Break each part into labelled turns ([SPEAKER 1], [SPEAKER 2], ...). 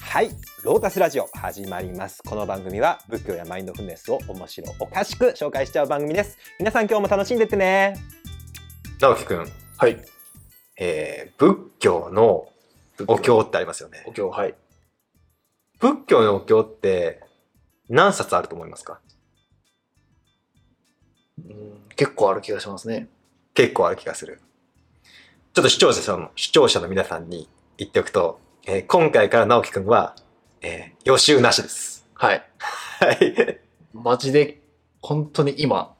[SPEAKER 1] はいロータスラジオ始まりますこの番組は仏教やマインドフルネスを面白おかしく紹介しちゃう番組です皆さん今日も楽しんでってね
[SPEAKER 2] 直樹くん、
[SPEAKER 3] はい。
[SPEAKER 2] えー、仏教のお経ってありますよね
[SPEAKER 3] お経、はい。
[SPEAKER 2] 仏教のお経って何冊あると思いますか
[SPEAKER 3] うん結構ある気がしますね。
[SPEAKER 2] 結構ある気がするちょっと視聴者さん視聴者の皆さんに言っておくと、えー今回から直樹くんは、えー予習なしです
[SPEAKER 3] はい。
[SPEAKER 2] はい
[SPEAKER 3] マジで、本当に今、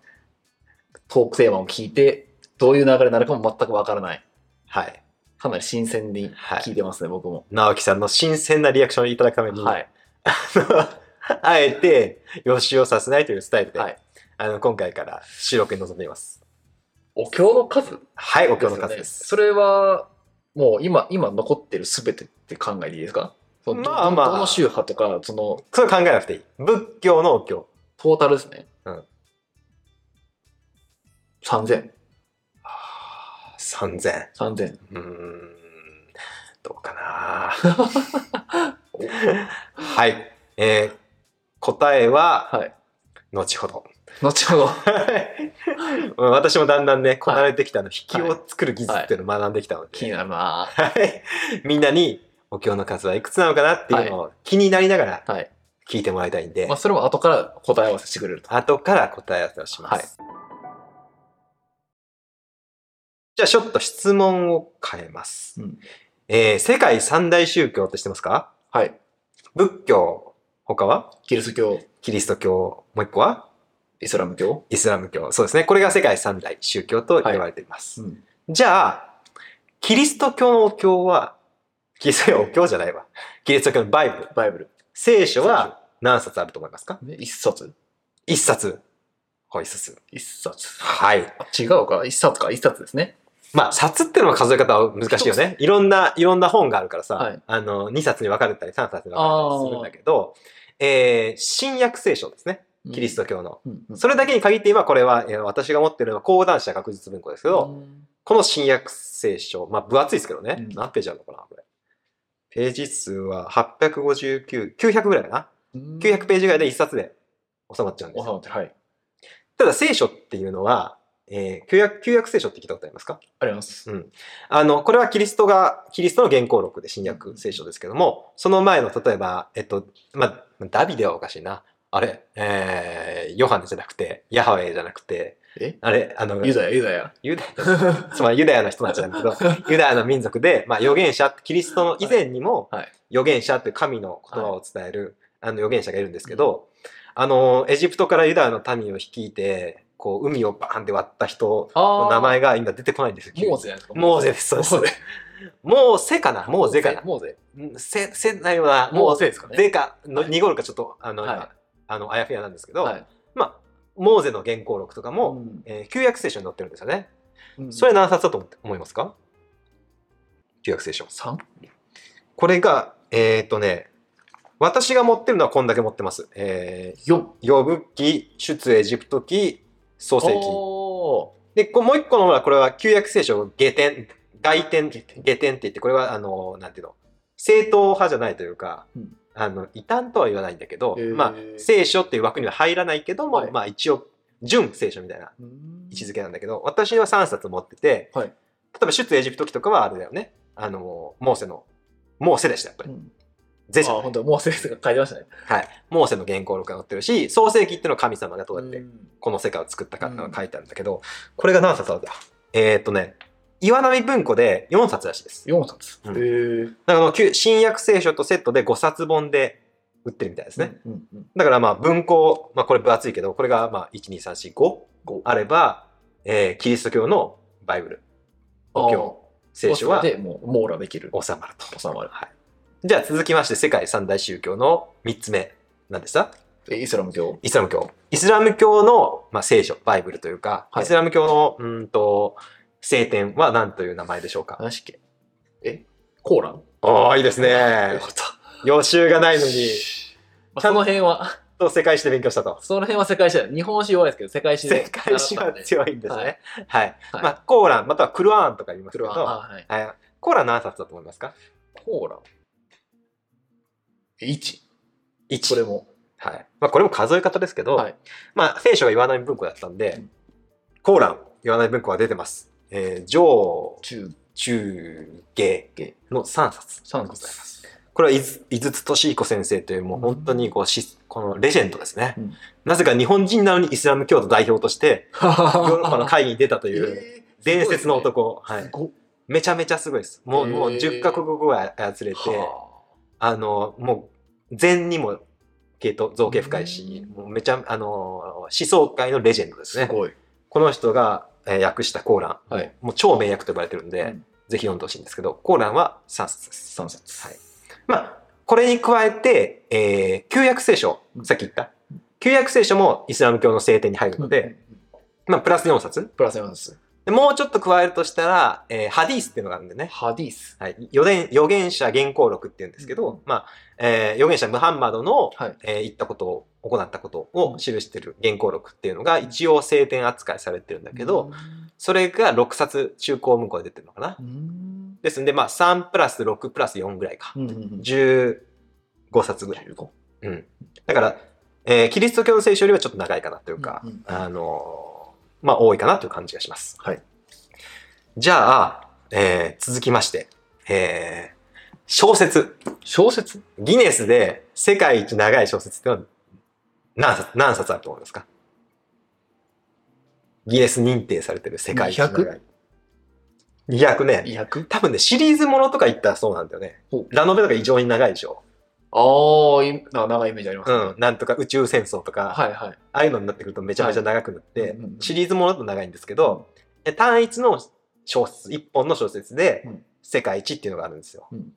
[SPEAKER 3] トークテーマを聞いて、どういう流れになるかも全くわからない。
[SPEAKER 2] はい
[SPEAKER 3] かなり新鮮に
[SPEAKER 2] はい
[SPEAKER 3] 聞いてますね、僕も。
[SPEAKER 2] 直樹さんの新鮮なリアクションをいただくために、
[SPEAKER 3] はい。
[SPEAKER 2] あえて予習をさせないというスタイルで、
[SPEAKER 3] はい
[SPEAKER 2] あの今回から収録に臨んでいます
[SPEAKER 3] お経の数
[SPEAKER 2] はいお経の数です
[SPEAKER 3] それは、もう今、今残ってるすべてって考えでいいですかその
[SPEAKER 2] まあまあ
[SPEAKER 3] どの宗派とか、その、
[SPEAKER 2] それ考えなくていい。仏教のお経。
[SPEAKER 3] トータルですね。
[SPEAKER 2] うん。
[SPEAKER 3] 3000。
[SPEAKER 2] 三千。
[SPEAKER 3] 3000。
[SPEAKER 2] うーん。どうかな はい。えー、答えは、
[SPEAKER 3] はい。
[SPEAKER 2] 後ほど。
[SPEAKER 3] 後ほど。
[SPEAKER 2] うん私もだんだんね、こなれてきたの、引きを作る技術っていうのを学んできたの
[SPEAKER 3] 気
[SPEAKER 2] で、
[SPEAKER 3] になるなぁ
[SPEAKER 2] はい。みんなに、お経の数はいくつなのかなっていうのを気になりながら
[SPEAKER 3] はい。
[SPEAKER 2] 聞いてもらいたいんで、
[SPEAKER 3] まあ、それも後から答え合わせしてくれると。
[SPEAKER 2] 後から答え合わせをします。じゃあちょっと質問を変えます。
[SPEAKER 3] うん
[SPEAKER 2] えー世界三大宗教って知ってますか
[SPEAKER 3] はい。
[SPEAKER 2] 仏教、他は
[SPEAKER 3] キリスト教、
[SPEAKER 2] キリスト教、もう一個は
[SPEAKER 3] イスラム教。
[SPEAKER 2] イスラム教。そうですね。これが世界三大宗教と言われています。
[SPEAKER 3] うん。
[SPEAKER 2] じゃあ、キリスト教のお経は、キリスト教お経じゃないわ。キリスト教のバイブル、
[SPEAKER 3] バイブル。
[SPEAKER 2] 聖書は何冊あると思いますか
[SPEAKER 3] ね一冊。
[SPEAKER 2] 一冊。はい、一冊。
[SPEAKER 3] 一冊。
[SPEAKER 2] はい。
[SPEAKER 3] あ違うか。一冊か。一冊ですね。
[SPEAKER 2] まあ、冊っていうのは数え方は難しいよね。いろんな、いろんな本があるからさ、
[SPEAKER 3] はい
[SPEAKER 2] あの、2冊に分かれたり3冊に分かれたりするんだけど、えー、新約聖書ですね。キリス
[SPEAKER 3] ト。
[SPEAKER 2] ト教の。
[SPEAKER 3] うん。うん
[SPEAKER 2] それだけに限って今これは、えー私が持ってるのは講談社学術文庫ですけど、
[SPEAKER 3] うん
[SPEAKER 2] この新約聖書、まあ、分厚いですけどね。
[SPEAKER 3] うん
[SPEAKER 2] 何ページあるのかな、これ。ページ数は859、900ぐらいかな。
[SPEAKER 3] うん
[SPEAKER 2] 900ページぐらいで1冊で収まっちゃうんで
[SPEAKER 3] 収
[SPEAKER 2] すよ。
[SPEAKER 3] まってる。はい。
[SPEAKER 2] ただ聖書っていうのは、えー、旧約、旧約聖書って聞いたことありますか
[SPEAKER 3] あります。
[SPEAKER 2] あの、これはキリストが、キリストの原稿録で新約聖書ですけども、その前の、例えば、えっと、まあ、ダビデはおかしいな。あれ、えー、ヨハネじゃなくて、ヤハウェじゃなくて、
[SPEAKER 3] え
[SPEAKER 2] あれ、あの、
[SPEAKER 3] ユダヤ、ユダ ヤ。
[SPEAKER 2] ユダヤ、つまりユダヤの人たちなんだ けど、ユダヤの民族で、まあ、預言者、キリストの以前にも、
[SPEAKER 3] はいはい
[SPEAKER 2] 預言者という神の言葉を伝える、あの、預言者がいるんですけど、あの、エジプトからユダヤの民を率いて、こう、海をバーンって割った人
[SPEAKER 3] あ
[SPEAKER 2] の
[SPEAKER 3] ー
[SPEAKER 2] 名前が今出てこないんですよ。急に
[SPEAKER 3] モーゼじゃないですか。
[SPEAKER 2] モーゼです、そうです
[SPEAKER 3] モーゼ。
[SPEAKER 2] モーセかなモーゼかな
[SPEAKER 3] モーゼ。
[SPEAKER 2] うんせ、せないような、
[SPEAKER 3] モ
[SPEAKER 2] モー
[SPEAKER 3] ーゼ
[SPEAKER 2] ゼ
[SPEAKER 3] ですかね
[SPEAKER 2] ゼかの、
[SPEAKER 3] はい
[SPEAKER 2] 濁るかちょっと、あの、
[SPEAKER 3] はい
[SPEAKER 2] 今あの、あやふやなんですけど、
[SPEAKER 3] はい。
[SPEAKER 2] まあ、モーゼの原稿録とかも、
[SPEAKER 3] うん
[SPEAKER 2] えー旧約聖書に載ってるんですよね。
[SPEAKER 3] うん
[SPEAKER 2] それ何冊だと思って思いますか旧約聖書。
[SPEAKER 3] 三
[SPEAKER 2] これが、えーっとね、私が持ってるのはこんだけ持ってます。え
[SPEAKER 3] 四。
[SPEAKER 2] ー、呼ぶ記、出エジプト記、創世記。
[SPEAKER 3] お
[SPEAKER 2] で、こもう一個のほら、これは旧約聖書、下典、外典、下典って言って、これは、あの、なんていうの、正統派じゃないというか、
[SPEAKER 3] うん
[SPEAKER 2] あの、異端とは言わないんだけど、
[SPEAKER 3] へー
[SPEAKER 2] まあ、聖書っていう枠には入らないけども、
[SPEAKER 3] はい
[SPEAKER 2] まあ一応、純聖書みたいな
[SPEAKER 3] ーうん
[SPEAKER 2] 位置づけなんだけど、私は3冊持ってて、
[SPEAKER 3] はい
[SPEAKER 2] 例えば、出エジプト記とかはあれだよね、あの、モーセの、モーセでした、やっぱ
[SPEAKER 3] う
[SPEAKER 2] り。
[SPEAKER 3] ん
[SPEAKER 2] ゼじゃ
[SPEAKER 3] あ、
[SPEAKER 2] ない
[SPEAKER 3] 本当モーゼですが書いてましたね。
[SPEAKER 2] はい。モーセの原稿録が載ってるし、創世記っていうのは神様がどうやって
[SPEAKER 3] うん
[SPEAKER 2] この世界を作ったかっていうの
[SPEAKER 3] うん
[SPEAKER 2] が書いてあるんだけど、これが何冊あるんだえーっとね岩波文庫で4冊らしいです
[SPEAKER 3] 四冊。
[SPEAKER 2] うん
[SPEAKER 3] へえ。
[SPEAKER 2] だからあの旧新約聖書とセットで5冊本で売ってるみたいですね、
[SPEAKER 3] うん。うんうん
[SPEAKER 2] だからまあ文庫、まあ、これ分厚いけどこれがまあ12345
[SPEAKER 3] 五
[SPEAKER 2] あれば、えーキリスト教のバイブルお経聖書は
[SPEAKER 3] でもう網羅できる。
[SPEAKER 2] 収まると
[SPEAKER 3] 収まる。
[SPEAKER 2] はい、じゃあ続きまして世界三大宗教の3つ目何でした
[SPEAKER 3] えイスラム教。
[SPEAKER 2] イスラム教。イスラム教の、まあ、聖書、バイブルというか、
[SPEAKER 3] はい
[SPEAKER 2] イスラム教の、うーんと、聖典は何という名前でしょうか。
[SPEAKER 3] 何しっけえコーラン
[SPEAKER 2] ああ、いいです
[SPEAKER 3] よ
[SPEAKER 2] ね
[SPEAKER 3] か。った。
[SPEAKER 2] 予習がないの に、
[SPEAKER 3] まあ、その辺は、
[SPEAKER 2] と世界史で勉強したと。
[SPEAKER 3] その辺は世界史だ。日本史弱いですけど、世界史
[SPEAKER 2] 世
[SPEAKER 3] で。
[SPEAKER 2] 界史は強いんですね。はい。
[SPEAKER 3] はい
[SPEAKER 2] まあ、コーラン、またはクルアーンとか言います
[SPEAKER 3] ク
[SPEAKER 2] けど、
[SPEAKER 3] ロアあ、はい。
[SPEAKER 2] はいコーラン何冊だと思いますか
[SPEAKER 3] コーラン。 1。
[SPEAKER 2] 一
[SPEAKER 3] これも。
[SPEAKER 2] はいまあ、これも数え方ですけど、
[SPEAKER 3] はい
[SPEAKER 2] まあ、聖書が言わない文庫だったんで、
[SPEAKER 3] うん
[SPEAKER 2] コーラン言わない文庫は出てます。えー上、
[SPEAKER 3] 中
[SPEAKER 2] 中、下
[SPEAKER 3] 下
[SPEAKER 2] の3冊。
[SPEAKER 3] 3でございます。
[SPEAKER 2] これは伊豆伊豆津利彦先生というもう本当にこうしこのレジェンドですね、
[SPEAKER 3] うん
[SPEAKER 2] なぜか日本人なのにイスラム教徒代表と して
[SPEAKER 3] ヨ
[SPEAKER 2] ヨー
[SPEAKER 3] ー
[SPEAKER 2] ロッパの会議に出たという
[SPEAKER 3] えー
[SPEAKER 2] 伝説の。男、
[SPEAKER 3] すご
[SPEAKER 2] は
[SPEAKER 3] いで
[SPEAKER 2] い
[SPEAKER 3] すね、ご
[SPEAKER 2] めちゃめちゃすごいですもう,、もう
[SPEAKER 3] へー
[SPEAKER 2] 10カ国語ぐらい操れて、
[SPEAKER 3] は
[SPEAKER 2] あの、もう、禅にも系統、造形深いし
[SPEAKER 3] う、ん
[SPEAKER 2] もうめちゃ、あの、思想界のレジェンドです
[SPEAKER 3] す
[SPEAKER 2] ね。
[SPEAKER 3] ごい。
[SPEAKER 2] この人が、えー訳したコーラン、
[SPEAKER 3] はい。
[SPEAKER 2] もう超名訳と呼ばれてるんで、
[SPEAKER 3] うん
[SPEAKER 2] ぜひ読んでほしいんですけど、コーランは3冊です。
[SPEAKER 3] 3冊。
[SPEAKER 2] はいまあ、これに加えて、えー旧約聖書
[SPEAKER 3] う、ん
[SPEAKER 2] さっき言った。旧約聖書もイスラム教の聖典に入るので、、まあ、プラス4冊。
[SPEAKER 3] プラス4冊。
[SPEAKER 2] でもうちょっと加えるとしたら、えーハディースっていうのがあるんでね。
[SPEAKER 3] ハディース。
[SPEAKER 2] はい、予言預言者原稿録っていうんですけど、
[SPEAKER 3] うん
[SPEAKER 2] まあえー預言者ムハンマドの、
[SPEAKER 3] はい
[SPEAKER 2] えー言ったことを行ったことを記してる原稿録っていうのが一応聖典扱いされてるんだけど、それが6冊中高文庫で出てるのかな、
[SPEAKER 3] うん、うん。
[SPEAKER 2] ですんでまあ3プラス6プラス4ぐらいか、
[SPEAKER 3] うんうんうん
[SPEAKER 2] 15冊ぐらい、
[SPEAKER 3] 15
[SPEAKER 2] うん、だから、えーキリスト教の聖書よりはちょっと長いかなというか、
[SPEAKER 3] うんうん
[SPEAKER 2] あのーまあ多いかなという感じがします、
[SPEAKER 3] はい、
[SPEAKER 2] じゃあ、えー続きまして、えー小説
[SPEAKER 3] 小説
[SPEAKER 2] ギネスで世界一長い小説ってのは何冊何冊あると思いますかギネス認定されてる世界一長い。200ね。
[SPEAKER 3] ?200?
[SPEAKER 2] 多分ね、シリーズものとか言ったらそうなんだよね
[SPEAKER 3] ほう。
[SPEAKER 2] ラノベとか異常に長いでしょ。
[SPEAKER 3] ああ、いな長いイメージあります
[SPEAKER 2] う
[SPEAKER 3] ね。
[SPEAKER 2] ん。なんとか宇宙戦争とか、
[SPEAKER 3] はいはい。
[SPEAKER 2] ああいうのになってくるとめちゃめちゃ長くなって、
[SPEAKER 3] はいうんうんうん
[SPEAKER 2] シリーズものだと長いんですけど、え単一の小説、一本の小説で
[SPEAKER 3] うん
[SPEAKER 2] 世界一っていうのがあるんですよ。
[SPEAKER 3] うん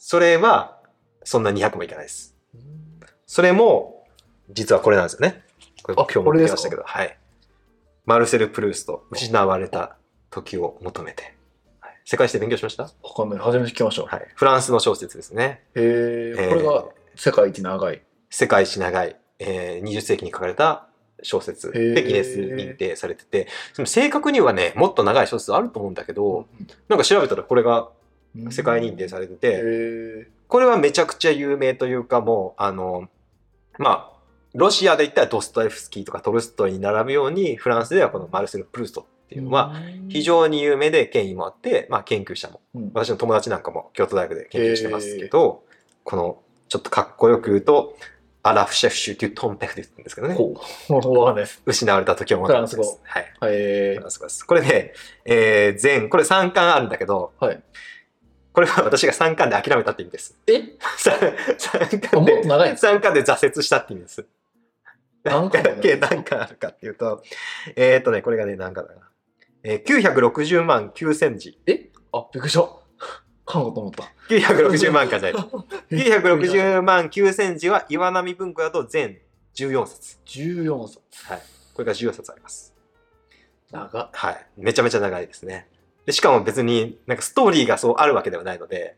[SPEAKER 2] それは、そんな200もいかないです。それも、実はこれなんですよね。これ
[SPEAKER 3] あ
[SPEAKER 2] 今日も
[SPEAKER 3] これ
[SPEAKER 2] 出
[SPEAKER 3] で
[SPEAKER 2] ます
[SPEAKER 3] か
[SPEAKER 2] したけど、はい。マルセル・プルースト、失われた時を求めて。はい世界史で勉強しました
[SPEAKER 3] わかんない。初めて聞きました。
[SPEAKER 2] はい。フランスの小説ですね。
[SPEAKER 3] へえ、
[SPEAKER 2] えー
[SPEAKER 3] これが世界一長い。
[SPEAKER 2] 世界一長い、えー、20世紀に書かれた小説
[SPEAKER 3] へー
[SPEAKER 2] でギネス認定されてて、その正確にはね、もっと長い小説あると思うんだけど、なんか調べたらこれが
[SPEAKER 3] うん
[SPEAKER 2] 世界認定されて
[SPEAKER 3] へ
[SPEAKER 2] て、
[SPEAKER 3] え。
[SPEAKER 2] これはめちゃくちゃ有名というかもう、あの、まあ、ロシアで言ったらドストエフスキーとかトルストイに並ぶように、フランスではこのマルセル・プルーストっていうのは、非常に有名で権威もあって、まあ研究者も
[SPEAKER 3] うん、
[SPEAKER 2] 私の友達なんかも京都大学で研究してますけど、このちょっとかっこよく言うとアラフシェフシュというトンペフって言うんですけどね
[SPEAKER 3] ほう。わかんないです。
[SPEAKER 2] 失われた時を思ったんです
[SPEAKER 3] フランス語
[SPEAKER 2] はい
[SPEAKER 3] へ
[SPEAKER 2] フ
[SPEAKER 3] え
[SPEAKER 2] ラ。ンス語ですこれね、えー、全これ3巻あるんだけど、
[SPEAKER 3] はい
[SPEAKER 2] これは私が3巻で諦めたって意味です
[SPEAKER 3] え
[SPEAKER 2] 3,
[SPEAKER 3] あ
[SPEAKER 2] 巻
[SPEAKER 3] もっと
[SPEAKER 2] で
[SPEAKER 3] 長いんです
[SPEAKER 2] 3巻で挫折したって意味です
[SPEAKER 3] 何巻も
[SPEAKER 2] 計何巻あるかっていうとえー、っとねこれがね何巻だかな、えー、960万9000字
[SPEAKER 3] えあ、びっくりした。かんかと思った。
[SPEAKER 2] 960万巻じゃない
[SPEAKER 3] え
[SPEAKER 2] 960万9000字は岩波文庫だと全14冊。
[SPEAKER 3] 14冊。
[SPEAKER 2] これが14冊あります。
[SPEAKER 3] 長っ。
[SPEAKER 2] はい。めちゃめちゃ長いですね。でしかも別になんかストーリーがそうあるわけではないので、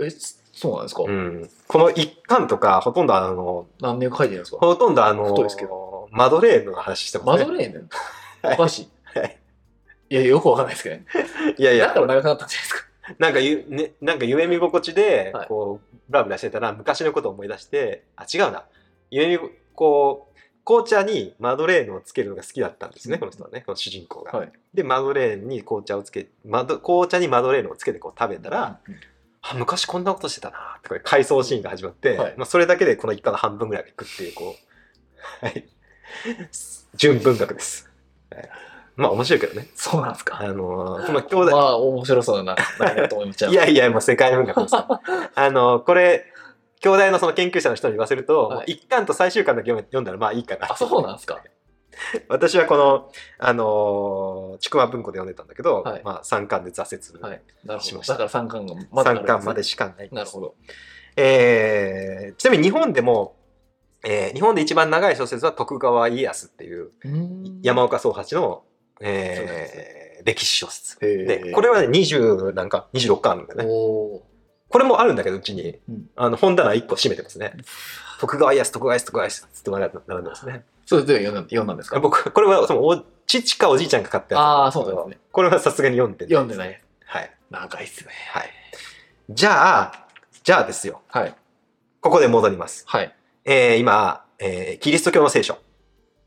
[SPEAKER 3] え、そうなんですか、
[SPEAKER 2] うん、この一巻とかほとんどあの、
[SPEAKER 3] 何年書いてるんですか
[SPEAKER 2] ほとんどあの、
[SPEAKER 3] 太いですけ
[SPEAKER 2] マドレーヌの話してま
[SPEAKER 3] マ
[SPEAKER 2] す
[SPEAKER 3] ド
[SPEAKER 2] ね。
[SPEAKER 3] レーヌ
[SPEAKER 2] はい
[SPEAKER 3] お菓子
[SPEAKER 2] はい。
[SPEAKER 3] いや、よくわかんないですけどね。
[SPEAKER 2] いやい
[SPEAKER 3] だ
[SPEAKER 2] や
[SPEAKER 3] か、ら長くなったんじゃないですか。
[SPEAKER 2] なんかゆ、ね、なんか夢見心地で
[SPEAKER 3] はい、
[SPEAKER 2] こう、ブラブラしてたら昔のことを思い出して、あ、違うな。夢見、こう、紅茶にマドレーヌをつけるのが好きだったんですね、
[SPEAKER 3] うん
[SPEAKER 2] この人はね、この主人公が。
[SPEAKER 3] はい
[SPEAKER 2] でマドレーヌに紅茶をつけマド紅茶にマドレーヌをつけてこう食べたら、あ昔こんなことしてたなってこれ回想シーンが始まって、
[SPEAKER 3] はい
[SPEAKER 2] まあ、それだけでこの一家の半分ぐらいがいくっていうこう、はい、純文学です、はいまあ面白いけどね
[SPEAKER 3] そうなんです
[SPEAKER 2] あ
[SPEAKER 3] か。
[SPEAKER 2] のーこの兄
[SPEAKER 3] ま
[SPEAKER 2] 弟、
[SPEAKER 3] あ、面白そうだな、何だと思っちゃう。
[SPEAKER 2] いやいやもう世界文学ですよあのーこれ兄弟のその研究者の人に言わせると、
[SPEAKER 3] はい
[SPEAKER 2] もう一巻と最終巻だけ読め読んだらまあいいかな
[SPEAKER 3] あ、そうなんですか。
[SPEAKER 2] 私はこの、あのー、ちくわ文庫で読んでたんだけど、
[SPEAKER 3] はい
[SPEAKER 2] まあ、3巻で挫折、
[SPEAKER 3] はい。なる
[SPEAKER 2] し
[SPEAKER 3] ほど。
[SPEAKER 2] ました
[SPEAKER 3] だから三巻がまだあ
[SPEAKER 2] 3
[SPEAKER 3] るんですね
[SPEAKER 2] 巻までしかないんです
[SPEAKER 3] なるほど。
[SPEAKER 2] えーちなみに日本でも、えー日本で一番長い小説は徳川家康っていう山
[SPEAKER 3] を
[SPEAKER 2] 岡宗八の、
[SPEAKER 3] そうなんで
[SPEAKER 2] えー歴史小説
[SPEAKER 3] で
[SPEAKER 2] でこれはね20なんか26巻あるんだよね
[SPEAKER 3] おー
[SPEAKER 2] これもあるんだけどうちに、
[SPEAKER 3] うん
[SPEAKER 2] あの本棚1個閉めてますね徳川家康徳川家康徳川家康って並んでますね
[SPEAKER 3] それで読んだ読んだんですか
[SPEAKER 2] 僕これはそのお父かおじいちゃんが買ったやつ
[SPEAKER 3] ああ、そうなんですね。
[SPEAKER 2] これはさすがに読んで
[SPEAKER 3] 読んでない。
[SPEAKER 2] はい
[SPEAKER 3] 長いっすね。
[SPEAKER 2] はいじゃあじゃあですよ
[SPEAKER 3] はい。
[SPEAKER 2] ここで戻ります。
[SPEAKER 3] はい。
[SPEAKER 2] えー今、えーキリスト教の聖書、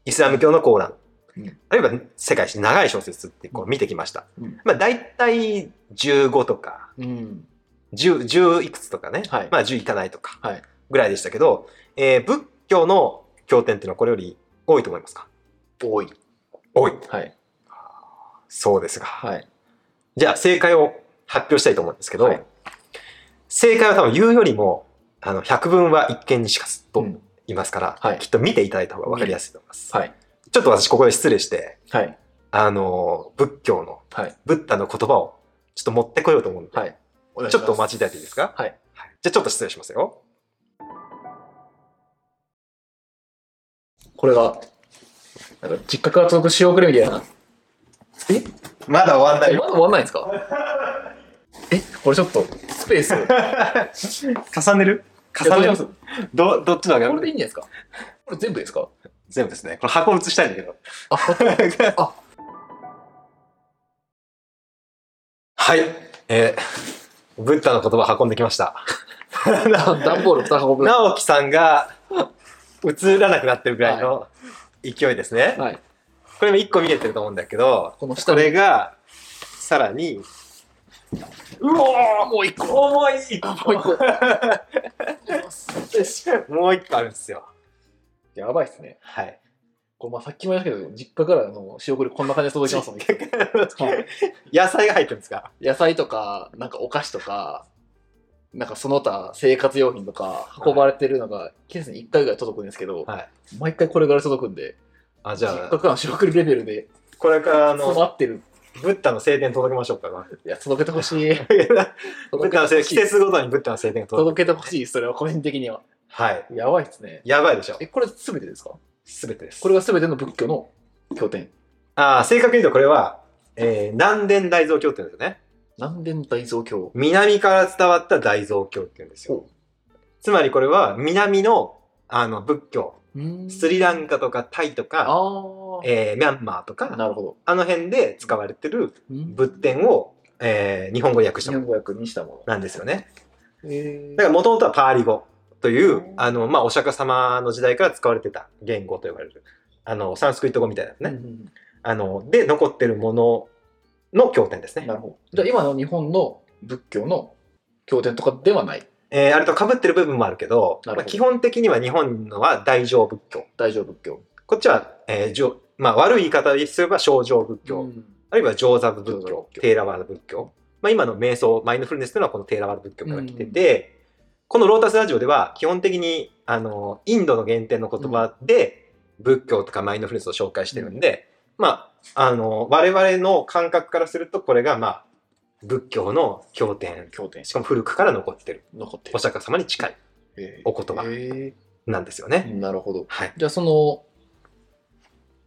[SPEAKER 2] イスラム教のコーラン
[SPEAKER 3] うん、
[SPEAKER 2] あるいは世界史長い小説ってこう見てきました。
[SPEAKER 3] うん
[SPEAKER 2] まあ大体15とか、
[SPEAKER 3] うん。
[SPEAKER 2] 10, 10いくつとかね、
[SPEAKER 3] はい
[SPEAKER 2] まあ10いかないとか
[SPEAKER 3] はい
[SPEAKER 2] ぐらいでしたけど、えー仏教の経典っていうのはこれより多いと思いますか
[SPEAKER 3] 多い。
[SPEAKER 2] 多い。
[SPEAKER 3] はい。
[SPEAKER 2] そうですが。
[SPEAKER 3] はい。
[SPEAKER 2] じゃあ正解を発表したいと思うんですけど、
[SPEAKER 3] はい
[SPEAKER 2] 正解は多分言うよりも、あの、百分は一見にしかず
[SPEAKER 3] う
[SPEAKER 2] と
[SPEAKER 3] ん
[SPEAKER 2] 言いますから、
[SPEAKER 3] はい
[SPEAKER 2] きっと見ていただいた方が分かりやすいと思います。
[SPEAKER 3] はい。
[SPEAKER 2] ちょっと私ここで失礼して、
[SPEAKER 3] はい。
[SPEAKER 2] あの、仏教の、
[SPEAKER 3] はい。
[SPEAKER 2] ブッダの言葉をちょっと持ってこようと思うんで、
[SPEAKER 3] はい。願いし
[SPEAKER 2] ち
[SPEAKER 3] ま
[SPEAKER 2] ょっとお待ちいただいていいですか
[SPEAKER 3] はい。
[SPEAKER 2] じゃあちょっと失礼しますよ。
[SPEAKER 3] これが、なんか、実家から届く仕送りみたいな。
[SPEAKER 2] まだ終わん
[SPEAKER 3] えまだ終わんないんですかえ、これちょっと、スペース。
[SPEAKER 2] 重ねる重ねますど、どっちの
[SPEAKER 3] こ
[SPEAKER 2] 方
[SPEAKER 3] れで
[SPEAKER 2] が
[SPEAKER 3] いいんじゃないですかこれ全部ですか
[SPEAKER 2] 全部ですね。この箱写したいんだけど。
[SPEAKER 3] あ、
[SPEAKER 2] はい。えー、ブッダの言葉運んできました。
[SPEAKER 3] 段ボール2箱分。は
[SPEAKER 2] 直樹さんが映らなくなってるぐらいの勢いですね。
[SPEAKER 3] い。
[SPEAKER 2] これも1個見れてると思うんだけど、
[SPEAKER 3] この下
[SPEAKER 2] こ
[SPEAKER 3] に
[SPEAKER 2] れがさらに、うおー
[SPEAKER 3] もう1個。
[SPEAKER 2] 重い
[SPEAKER 3] もう1
[SPEAKER 2] もう1個あるんですよ。
[SPEAKER 3] 個。やばいっすね。
[SPEAKER 2] はい。
[SPEAKER 3] これまあさっきも言いましたけど、実家からの仕送りこんな感じで届きますもん。はい
[SPEAKER 2] 野菜が入ってるんですか
[SPEAKER 3] 野菜とか、なんかお菓子とか、なんかその他生活用品とか運ばれてるのが季節に1回ぐらい届くんですけど、
[SPEAKER 2] はい。
[SPEAKER 3] 毎回これぐらい届くんで、
[SPEAKER 2] あ、じ
[SPEAKER 3] 実
[SPEAKER 2] ゃ
[SPEAKER 3] 家
[SPEAKER 2] あ、
[SPEAKER 3] からの仕送りレベルで、
[SPEAKER 2] これからあ
[SPEAKER 3] 詰ま
[SPEAKER 2] の、
[SPEAKER 3] ってる。
[SPEAKER 2] ブッダの聖典届けましょうか。
[SPEAKER 3] いや、届けて ほしい。
[SPEAKER 2] ブッ
[SPEAKER 3] 届け
[SPEAKER 2] ダ
[SPEAKER 3] て
[SPEAKER 2] の聖、
[SPEAKER 3] ほし
[SPEAKER 2] 季
[SPEAKER 3] い。
[SPEAKER 2] 節ごとにブッダの聖典が届く。
[SPEAKER 3] 届けてほしい、それは個人的には。
[SPEAKER 2] はい。
[SPEAKER 3] やばいっすね。
[SPEAKER 2] やばいでしょ
[SPEAKER 3] え、。これ全てですか
[SPEAKER 2] すべてです。
[SPEAKER 3] これが全ての仏教の経典。
[SPEAKER 2] あー正確に言うとこれは、えー南伝大蔵経って言うんですよね。
[SPEAKER 3] 南伝大蔵経。
[SPEAKER 2] 南から伝わった大蔵経って言うんですよ
[SPEAKER 3] お。
[SPEAKER 2] つまりこれは南のあの仏教、スリラン
[SPEAKER 3] カ。
[SPEAKER 2] カとかタイとか、
[SPEAKER 3] あ
[SPEAKER 2] えーミャンマーと
[SPEAKER 3] あ。
[SPEAKER 2] か、
[SPEAKER 3] なるほど。
[SPEAKER 2] あの辺で使われてる
[SPEAKER 3] うん
[SPEAKER 2] 仏典を、えー日本語に訳し
[SPEAKER 3] 日
[SPEAKER 2] たも
[SPEAKER 3] 本
[SPEAKER 2] の
[SPEAKER 3] 語訳にしたもの。
[SPEAKER 2] なんですよね。
[SPEAKER 3] え
[SPEAKER 2] だから元々はパーリ語というう、あの、まあ、お釈迦様の時代から使われてた言語と呼ばれる、あの、サンスクリット語みたいなね。
[SPEAKER 3] ね。
[SPEAKER 2] あの、で残ってるものの経典ですね
[SPEAKER 3] な。るほど。じゃあ今の日本の仏教の経典とかではない。
[SPEAKER 2] えーあれと被ってる部分もあるけど、
[SPEAKER 3] なるほど
[SPEAKER 2] まあ、基本的には日本のは大乗仏教。
[SPEAKER 3] 大乗仏教。
[SPEAKER 2] こっちは、えーじょまあ、悪い言い方ですれば小乗仏教、
[SPEAKER 3] うん
[SPEAKER 2] あるいは上座部仏
[SPEAKER 3] 上座
[SPEAKER 2] 教
[SPEAKER 3] 仏教
[SPEAKER 2] テーラワード仏教、まあ、今の瞑想マインドフルネスというのはこのテーラワード仏教から来てて、このロータスラジオでは基本的にあのインドの原点の言葉で仏教とかマインドフルネスを紹介してるんで、まあ、あの我々の感覚からするとこれが、まあ、仏教の経典
[SPEAKER 3] 経典
[SPEAKER 2] しかも古くから残ってる
[SPEAKER 3] 残って
[SPEAKER 2] お釈迦様に近い
[SPEAKER 3] る。
[SPEAKER 2] お言葉
[SPEAKER 3] え
[SPEAKER 2] なんですよね。
[SPEAKER 3] なるほど。
[SPEAKER 2] はい、
[SPEAKER 3] じゃあその、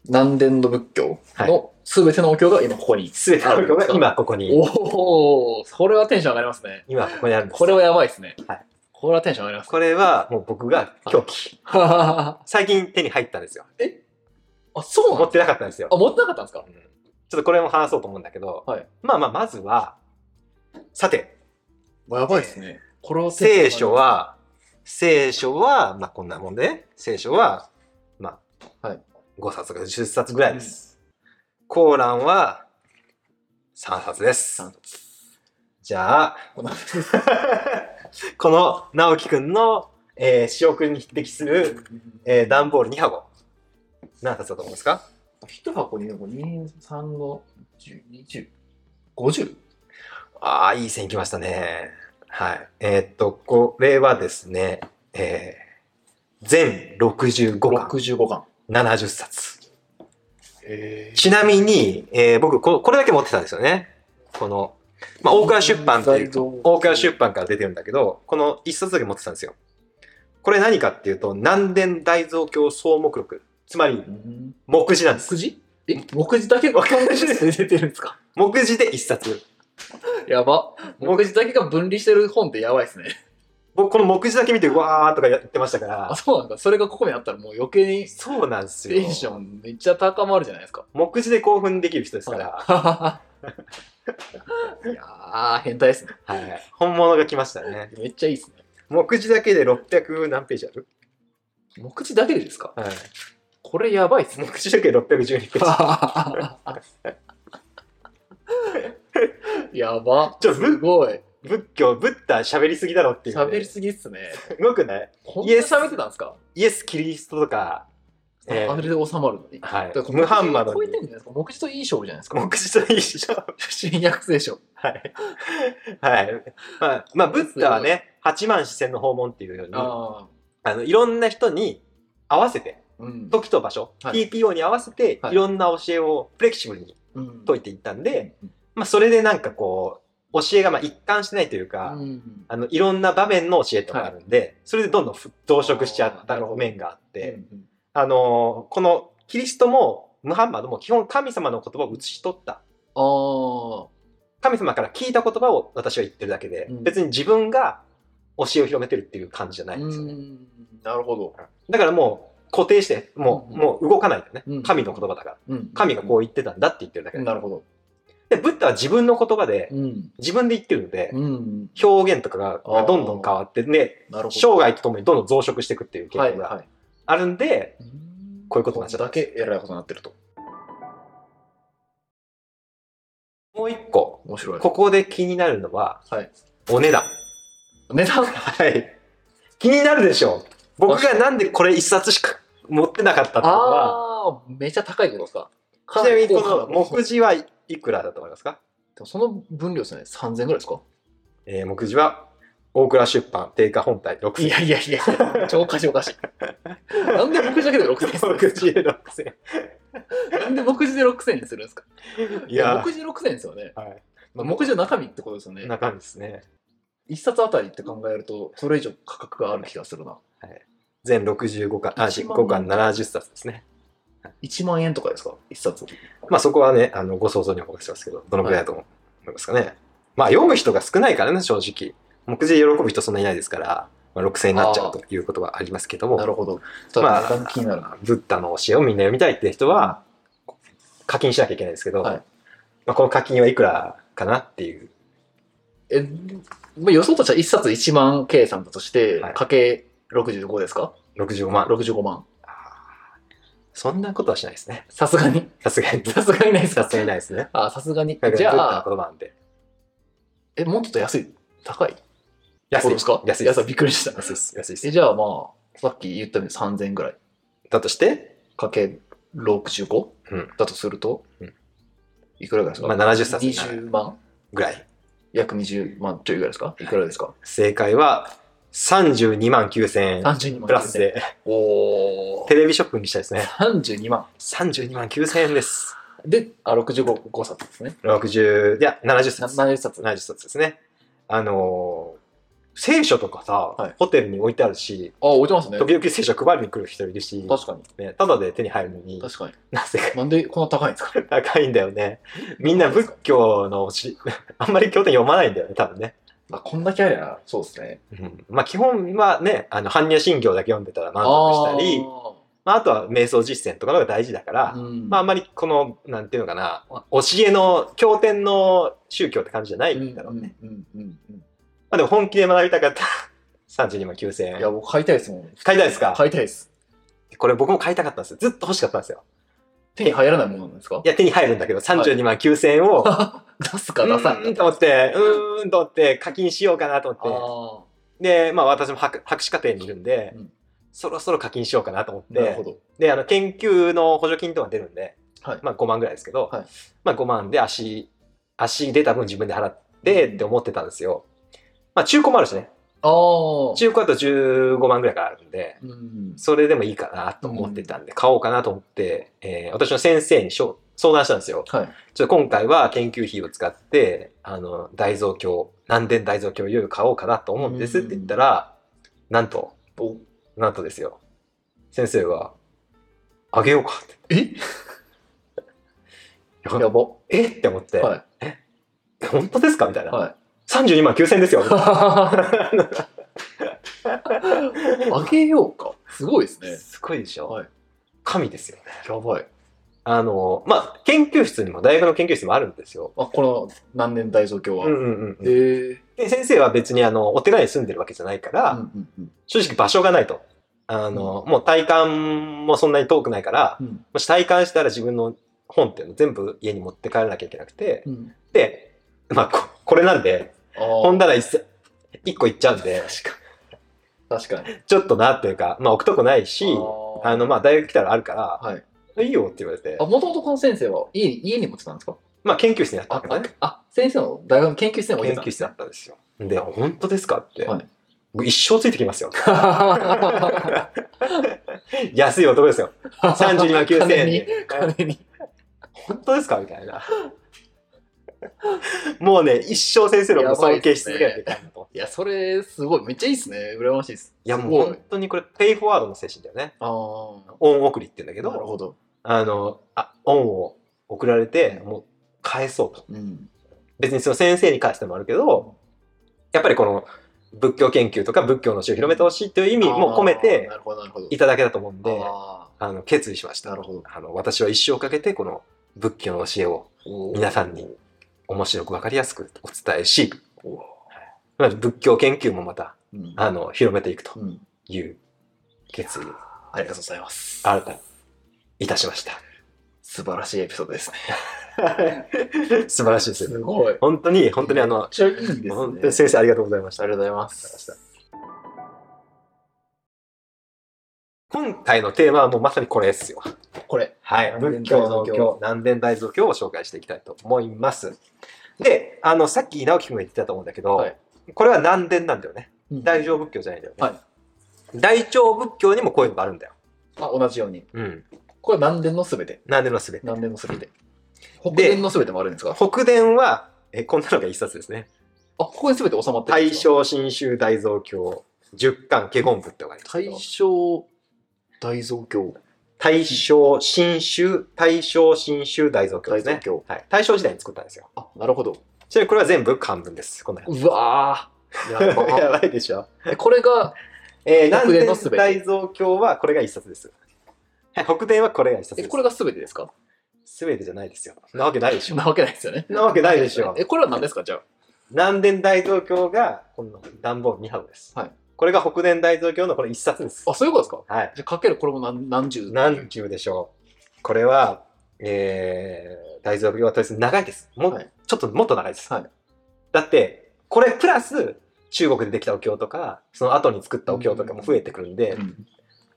[SPEAKER 3] 南伝の仏教の全てのお経が今ここに。
[SPEAKER 2] 全ての仏教が今ここに
[SPEAKER 3] おお、それはテンション上がりますね。
[SPEAKER 2] 今ここにあるんです
[SPEAKER 3] これはやばいですね。
[SPEAKER 2] はい
[SPEAKER 3] これはテンション上がります。
[SPEAKER 2] これはもう僕が狂気。
[SPEAKER 3] あ、
[SPEAKER 2] 最近手に入ったんですよ。
[SPEAKER 3] そうな
[SPEAKER 2] 持
[SPEAKER 3] の
[SPEAKER 2] ってなかったんですよ
[SPEAKER 3] あ、。持ってなかったんですか
[SPEAKER 2] うんちょっとこれも話そうと思うんだけど、
[SPEAKER 3] はい
[SPEAKER 2] まあまあまずは、さて、
[SPEAKER 3] やばいですね。これは
[SPEAKER 2] 聖書、は、聖書は、まあこんなもんで、ね、聖書は、まあ、
[SPEAKER 3] はい
[SPEAKER 2] 5冊か10冊ぐらいです。コーランは3冊です
[SPEAKER 3] 三。
[SPEAKER 2] じゃあ、
[SPEAKER 3] こんな
[SPEAKER 2] この直樹くんの、えー、仕送りに匹敵するえー、段ボール2箱。何冊だと思うんですか
[SPEAKER 3] 一箱に2、3の10、20、50?
[SPEAKER 2] ああ、いい線いきましたね。はい。えーっと、これはですね、えー、全65巻、
[SPEAKER 3] 65巻。
[SPEAKER 2] 70冊。
[SPEAKER 3] え
[SPEAKER 2] ちなみに、えー僕こ、これだけ持ってたんですよね。この、まあ、大倉出版っていう、大倉出版から出てるんだけど、この1冊だけ持ってたんですよ。これ何かっていうと、南伝大蔵経総目録。つまり、
[SPEAKER 3] 版。
[SPEAKER 2] 目次なんです。
[SPEAKER 3] 目次え、目次だけが目次で出てるんですか
[SPEAKER 2] 目次で1冊。
[SPEAKER 3] やば。目次だけが分離してる本ってやばいですね。
[SPEAKER 2] 僕、この目次だけ見て、うわーとかやってましたか
[SPEAKER 3] あ、
[SPEAKER 2] ら、
[SPEAKER 3] そうなんだ。それがここにあったらもう余計に
[SPEAKER 2] そうなんですよ。
[SPEAKER 3] テンションめっちゃ高まるじゃないですか。
[SPEAKER 2] 目次で興奮できる人ですから、
[SPEAKER 3] いやー、変態ですね。
[SPEAKER 2] はい本物が来ましたね。
[SPEAKER 3] めっちゃいいですね。
[SPEAKER 2] 目次だけで600何ページある
[SPEAKER 3] 目次だけでですか
[SPEAKER 2] はい。
[SPEAKER 3] これやばいっすね。
[SPEAKER 2] 目次だけで612ページ。
[SPEAKER 3] やば。
[SPEAKER 2] ちょ
[SPEAKER 3] すごい。
[SPEAKER 2] 仏教、ブッダ喋りすぎだろっていう、ね。
[SPEAKER 3] 喋りすぎっすね。
[SPEAKER 2] すごくない
[SPEAKER 3] こんなに喋ってたんですか
[SPEAKER 2] イエス・キリストとか、えー
[SPEAKER 3] あれで収まるのに。
[SPEAKER 2] はい
[SPEAKER 3] だからこ。れ
[SPEAKER 2] ムハンマド
[SPEAKER 3] 超え
[SPEAKER 2] に
[SPEAKER 3] てんじゃないですか目次といい勝負じゃないですか
[SPEAKER 2] 目次と一緒。
[SPEAKER 3] 新約聖書。
[SPEAKER 2] はい。はい。まあ、まあ、ブッダはね、八万四千の訪問っていうように、あ
[SPEAKER 3] ああ。
[SPEAKER 2] の、いろんな人に合わせて、
[SPEAKER 3] うん。
[SPEAKER 2] 時と場所、
[SPEAKER 3] はい
[SPEAKER 2] TPO に合わせて、
[SPEAKER 3] はい
[SPEAKER 2] いろんな教えをフレキシブルに
[SPEAKER 3] うん
[SPEAKER 2] 解いていったんで、
[SPEAKER 3] うん
[SPEAKER 2] まあ、それでなんかこう、教えがまあ一貫してないというか、
[SPEAKER 3] うん
[SPEAKER 2] あの、いろんな場面の教えとかあるんで、それでどんどんふ増殖しちゃっ
[SPEAKER 3] あーな
[SPEAKER 2] た
[SPEAKER 3] るほど
[SPEAKER 2] 面があって、
[SPEAKER 3] うん
[SPEAKER 2] あのーこのキリストもムハンマドも基本神様の言葉を写し取った。
[SPEAKER 3] ああ。
[SPEAKER 2] 神様から聞いた言葉を私は言ってるだけで、
[SPEAKER 3] うん
[SPEAKER 2] 別に自分が教えを広めてるっていう感じじゃないんですよね。
[SPEAKER 3] うんなるほど。
[SPEAKER 2] だからもう固定して、もう、
[SPEAKER 3] うん
[SPEAKER 2] もう動かないんだよね、
[SPEAKER 3] うん
[SPEAKER 2] 神の言葉だから。
[SPEAKER 3] うん
[SPEAKER 2] 神がこう言ってたんだって言ってるだけで。
[SPEAKER 3] なるほど。
[SPEAKER 2] で、ブッダは自分の言葉で、
[SPEAKER 3] うん。
[SPEAKER 2] 自分で言ってるので、
[SPEAKER 3] うん。
[SPEAKER 2] 表現とかが
[SPEAKER 3] あー
[SPEAKER 2] どんどん変わって、ね、
[SPEAKER 3] なるほど。
[SPEAKER 2] 生涯とともにどんどん増殖していくっていう傾
[SPEAKER 3] はい
[SPEAKER 2] 向
[SPEAKER 3] は
[SPEAKER 2] が
[SPEAKER 3] い。
[SPEAKER 2] あるんで、こういうことになっちゃった
[SPEAKER 3] だけえらいことになってると。
[SPEAKER 2] もう一個、
[SPEAKER 3] 面白い。
[SPEAKER 2] ここで気になるのは、
[SPEAKER 3] はい
[SPEAKER 2] お値段。
[SPEAKER 3] 値段
[SPEAKER 2] はい。気になるでしょう。僕がなんでこれ一冊しか持ってなかったってことは、
[SPEAKER 3] ああ、めちゃ高いことですか。
[SPEAKER 2] ちなみにこ
[SPEAKER 3] かな
[SPEAKER 2] の
[SPEAKER 3] り高価 な
[SPEAKER 2] 目次はいくらだと思いますか
[SPEAKER 3] でもその分量ですよね。3000ぐらいですか
[SPEAKER 2] えー、目次は、大倉出版定価本体6000
[SPEAKER 3] いやいやいや、 超おかしいおかしい。なんで僕だけで6000円するん
[SPEAKER 2] 目
[SPEAKER 3] です
[SPEAKER 2] 次で6000
[SPEAKER 3] かなんで僕で6000円にするんですか
[SPEAKER 2] い
[SPEAKER 3] い
[SPEAKER 2] や
[SPEAKER 3] や、目次6000円ですよね。
[SPEAKER 2] はい。
[SPEAKER 3] まあ、目次の中身ってことですよね。
[SPEAKER 2] 中身ですね。
[SPEAKER 3] 一冊あたりって考えると、それ以上価格がある気がするな。
[SPEAKER 2] 全65巻、あ、
[SPEAKER 3] 1
[SPEAKER 2] 5巻70冊ですね。
[SPEAKER 3] 1万円とかですか一冊。
[SPEAKER 2] まあそこはね、あの、ご想像にお任せしますけど、どのくらいだと思いますかね。まあ読む人が少ないからね、正直。目次で喜ぶ人そんなにいないですから、まあ、6000円になっちゃうということはありますけども。
[SPEAKER 3] なるほど。
[SPEAKER 2] ま
[SPEAKER 3] ま
[SPEAKER 2] あ
[SPEAKER 3] あ、気になるな。
[SPEAKER 2] ブッダの教えをみんな読みたいって人は課金しなきゃいけないんですけど、
[SPEAKER 3] はい
[SPEAKER 2] まあ、この課金はいくらかなっていう
[SPEAKER 3] え、まあ、予想としては一冊1万計算だとして、
[SPEAKER 2] はい
[SPEAKER 3] かけ65ですか
[SPEAKER 2] 65万
[SPEAKER 3] ?65 万。
[SPEAKER 2] あーそんなことはしないですね
[SPEAKER 3] さすがに。
[SPEAKER 2] さすが に
[SPEAKER 3] さすがにないですか
[SPEAKER 2] さすがにないですね
[SPEAKER 3] あ、さすがに
[SPEAKER 2] だ。か
[SPEAKER 3] じ
[SPEAKER 2] らブッ
[SPEAKER 3] ゃ
[SPEAKER 2] ダ
[SPEAKER 3] あ
[SPEAKER 2] の、言葉なんで
[SPEAKER 3] え、もうちょっと安い高い
[SPEAKER 2] 安
[SPEAKER 3] そう
[SPEAKER 2] い
[SPEAKER 3] ですか
[SPEAKER 2] 安い
[SPEAKER 3] 安いびっくりした。
[SPEAKER 2] 安いです安い
[SPEAKER 3] え、
[SPEAKER 2] です
[SPEAKER 3] じゃあまあ、さっき言ったように3000円ぐらい
[SPEAKER 2] だとして、
[SPEAKER 3] かけ 65?、
[SPEAKER 2] うん
[SPEAKER 3] だとすると、
[SPEAKER 2] うん
[SPEAKER 3] いくらぐらいです
[SPEAKER 2] ま
[SPEAKER 3] か、
[SPEAKER 2] あ、70冊になる
[SPEAKER 3] 20万
[SPEAKER 2] ぐらい
[SPEAKER 3] 約20万ちょいぐらいですかいくらですか
[SPEAKER 2] 正解は32万9000円
[SPEAKER 3] ?32 万。
[SPEAKER 2] プラス。で
[SPEAKER 3] おー
[SPEAKER 2] テレビショップにしたいですね
[SPEAKER 3] 32万。
[SPEAKER 2] 32万9000円です
[SPEAKER 3] で、あ、65 5冊ですね。
[SPEAKER 2] 60いや70冊
[SPEAKER 3] 70冊。
[SPEAKER 2] 70冊ですね。あのー聖書とかさ、
[SPEAKER 3] はい
[SPEAKER 2] ホテルに置いてあるし、
[SPEAKER 3] あ、置いてますね。
[SPEAKER 2] 時々聖書配りに来る人いるし、
[SPEAKER 3] 確かに。
[SPEAKER 2] ね、ただで手に入るのに、
[SPEAKER 3] 確かに。
[SPEAKER 2] なぜか
[SPEAKER 3] なんでこんな高いんですか
[SPEAKER 2] 高いんだよね。みんな仏教のし、 あんまり経典読まないんだよね、多分ね。
[SPEAKER 3] あ、こんだけありゃ、そうですね。
[SPEAKER 2] うん、まあ基本はね、あの、般若心経だけ読んでたら満足したり、まああとは瞑想実践とかのが大事だから、
[SPEAKER 3] あー、うん、
[SPEAKER 2] まああんまりこの、なんていうのかな、教えの、経典の宗教って感じじゃない
[SPEAKER 3] うん
[SPEAKER 2] んだろうね。。
[SPEAKER 3] うんうんうん
[SPEAKER 2] まあでも本気で学びたか ったら、32万9000
[SPEAKER 3] うん。
[SPEAKER 2] 円
[SPEAKER 3] いや、。僕買いたいですもん。
[SPEAKER 2] 買いたいですか
[SPEAKER 3] 買いたいです。
[SPEAKER 2] これ僕も買いたかったんですよ。ずっと欲しかったんですよ。
[SPEAKER 3] 手に入らないものなんですか
[SPEAKER 2] いや、手に入るんだけど、32万9000円 を、
[SPEAKER 3] 出す
[SPEAKER 2] う
[SPEAKER 3] か出さん
[SPEAKER 2] ーんと思って、うーんと思って、課金しようかなと
[SPEAKER 3] あ
[SPEAKER 2] 思っ
[SPEAKER 3] あ
[SPEAKER 2] て、で、まあ私も博博士課程にいるんで、
[SPEAKER 3] うん
[SPEAKER 2] そろそろ課金しようかなと思っ
[SPEAKER 3] ー、なるほ
[SPEAKER 2] て、
[SPEAKER 3] ど。
[SPEAKER 2] で、あの、研究の補助金とか出るんで、
[SPEAKER 3] はい
[SPEAKER 2] まあ5万ぐらいですけど、
[SPEAKER 3] はい
[SPEAKER 2] まあ5万で足、足出た分自分で払ってって思ってたんですよ。まあ中古もあるしね、
[SPEAKER 3] ああ。
[SPEAKER 2] 中古だと15万ぐらいからあるんで、
[SPEAKER 3] うん。
[SPEAKER 2] それでもいいかなと思ってたんで、買おうかなと思って、えー私の先生にしょ相談したんですよ。
[SPEAKER 3] はい。
[SPEAKER 2] ちょっと今回は研究費を使って、あの、大蔵経、南伝大蔵経をいよいよ買おうかなと思うんですって言ったら、なんと、
[SPEAKER 3] お
[SPEAKER 2] なんとですよ。先生は、あげようかって。
[SPEAKER 3] え
[SPEAKER 2] い
[SPEAKER 3] や
[SPEAKER 2] や
[SPEAKER 3] ば。は
[SPEAKER 2] えって思って、
[SPEAKER 3] い。
[SPEAKER 2] 本当ですかみたいな。
[SPEAKER 3] はい。
[SPEAKER 2] 32万9000ですよ。
[SPEAKER 3] あげようか。すごいです ね。
[SPEAKER 2] すごいでしょ、
[SPEAKER 3] はい
[SPEAKER 2] 神ですよね。
[SPEAKER 3] やばい。
[SPEAKER 2] あの、まあ、研究室にも、大学の研究室にもあるんですよ。
[SPEAKER 3] あ、この何年大蔵経は。
[SPEAKER 2] うんうんうんうん。
[SPEAKER 3] えー
[SPEAKER 2] で、先生は別にあの、お寺に住んでるわけじゃないから、
[SPEAKER 3] うんうんうん
[SPEAKER 2] 正直場所がないと。あの、もう体感もそんなに遠くないから、
[SPEAKER 3] うん
[SPEAKER 2] もし体感したら自分の本っていうの全部家に持って帰らなきゃいけなくて、
[SPEAKER 3] うん
[SPEAKER 2] で、まあこ、これなんで、
[SPEAKER 3] あー
[SPEAKER 2] 本棚一冊一個いっちゃうんで、
[SPEAKER 3] 確かに。
[SPEAKER 2] ちょっとなっていうか、まあ置くとこないし、あの、まあ大学来たらあるか
[SPEAKER 3] はい。
[SPEAKER 2] ら、いいよって言われて
[SPEAKER 3] あ、、もともとこの先生は家に家に持ってたんですか
[SPEAKER 2] まあ研究室にあった
[SPEAKER 3] あ
[SPEAKER 2] わけ
[SPEAKER 3] あ
[SPEAKER 2] ね。
[SPEAKER 3] あ、先生の大学の研究室に置
[SPEAKER 2] 研
[SPEAKER 3] いてたん
[SPEAKER 2] 究
[SPEAKER 3] で
[SPEAKER 2] 室
[SPEAKER 3] す
[SPEAKER 2] だ
[SPEAKER 3] ね。
[SPEAKER 2] ったんですよ。で、本当ですかって。
[SPEAKER 3] はい
[SPEAKER 2] 僕一生ついてきますよ。安い男ですよ。32万9000円で。
[SPEAKER 3] 金に金に。
[SPEAKER 2] 本当ですかみたいな。もうね、一生先生のことを尊敬し続けないといけないなと思って。
[SPEAKER 3] いや、それすごい。めっちゃいいっすね。羨ましいっす。
[SPEAKER 2] いや、
[SPEAKER 3] す
[SPEAKER 2] もう
[SPEAKER 3] ご
[SPEAKER 2] 本当にこれ、ペイフォワードの精神だよね。
[SPEAKER 3] ああ。
[SPEAKER 2] オン送りって言うんだけど、
[SPEAKER 3] なるほど。
[SPEAKER 2] あの、あ、オンを送られて、もう返そうと。
[SPEAKER 3] うん。
[SPEAKER 2] 別にその先生に返してもあるけど、やっぱりこの仏教研究とか仏教の詩を広めてほしいという意味も込め
[SPEAKER 3] あー
[SPEAKER 2] て
[SPEAKER 3] なるほど、なるほど。
[SPEAKER 2] いただけたと思うんで、
[SPEAKER 3] あ
[SPEAKER 2] あの、決意しまし
[SPEAKER 3] あ。な
[SPEAKER 2] た。
[SPEAKER 3] るほど。
[SPEAKER 2] あの、私は一生かけてこの仏教の教えを
[SPEAKER 3] おー
[SPEAKER 2] 皆さんに面白くわかりやすくお伝えし、まあ仏教研究もまた、
[SPEAKER 3] うん
[SPEAKER 2] あの、広めていくと
[SPEAKER 3] うん
[SPEAKER 2] いう決意を
[SPEAKER 3] ありがとうございます。
[SPEAKER 2] 新たにいたしました。
[SPEAKER 3] 素晴らしいエピソードですね。
[SPEAKER 2] 素晴らしいですよ。
[SPEAKER 3] ごい。
[SPEAKER 2] 本当に、本当にあ
[SPEAKER 3] めっ
[SPEAKER 2] の、
[SPEAKER 3] ちゃいいですね。
[SPEAKER 2] 本当に先生ありがとうございました。
[SPEAKER 3] ありがとうございます。
[SPEAKER 2] 今回のテーマはもうまさにこれですよ。
[SPEAKER 3] これ。
[SPEAKER 2] はい。
[SPEAKER 3] 南
[SPEAKER 2] 仏
[SPEAKER 3] 伝
[SPEAKER 2] 教
[SPEAKER 3] 大
[SPEAKER 2] の
[SPEAKER 3] 蔵経
[SPEAKER 2] 経、南伝大蔵経を紹介していきたいと思います。で、あの、さっき直樹君が言ってたと思うんだけど、
[SPEAKER 3] はい
[SPEAKER 2] これは南伝なんだよね。
[SPEAKER 3] うん
[SPEAKER 2] 大乗仏教じゃないんだよね。
[SPEAKER 3] は
[SPEAKER 2] 大乗仏教にもこういうのがあるんだよ。
[SPEAKER 3] あ、同じように。
[SPEAKER 2] うん。
[SPEAKER 3] これ何伝のすべて。
[SPEAKER 2] 南伝のすべて。
[SPEAKER 3] 何伝のすべて。北伝のすべてもあるんですか
[SPEAKER 2] 北伝は、え、こんなのが一冊ですね。
[SPEAKER 3] あ、ここにすべて収まってるん
[SPEAKER 2] 大
[SPEAKER 3] ですか
[SPEAKER 2] 正新宗大蔵経十巻華厳部ってのがありますけど
[SPEAKER 3] 大正大蔵経。
[SPEAKER 2] 大正新宗大正新宗大蔵経ですね
[SPEAKER 3] 大蔵経
[SPEAKER 2] はい、大正時代に作ったんですよ
[SPEAKER 3] あ、なるほど。
[SPEAKER 2] ちなみにこれは全部漢文ですこんな
[SPEAKER 3] うわ ー。やば
[SPEAKER 2] やばいでしょ、
[SPEAKER 3] えこれが、
[SPEAKER 2] えー、
[SPEAKER 3] 北
[SPEAKER 2] 南
[SPEAKER 3] 伝
[SPEAKER 2] 伝
[SPEAKER 3] のすべて
[SPEAKER 2] 大蔵経はこれが一冊 ですはい北伝はこれが一冊
[SPEAKER 3] え、
[SPEAKER 2] です
[SPEAKER 3] これがすべてですか
[SPEAKER 2] すべてじゃないですよなわけないでし
[SPEAKER 3] そ
[SPEAKER 2] ょ
[SPEAKER 3] んなわけないですよね。
[SPEAKER 2] なわけないでしょ
[SPEAKER 3] え、これは何ですかじゃあ。南
[SPEAKER 2] 南伝大蔵経がこの段ボール2箱です、
[SPEAKER 3] はい、
[SPEAKER 2] これが北伝大蔵経のこれ一冊です
[SPEAKER 3] あ、そういうことですか
[SPEAKER 2] はい
[SPEAKER 3] じゃあ、かけるこれも何何十。
[SPEAKER 2] 何十でしょうこれは、えー、大蔵病はとりあえず長いです。もう、
[SPEAKER 3] はい
[SPEAKER 2] ちょっともっと長いです。
[SPEAKER 3] はい
[SPEAKER 2] だって、これプラス中国でできたお経とか、その後に作ったお経とかも増えてくるんで、
[SPEAKER 3] うん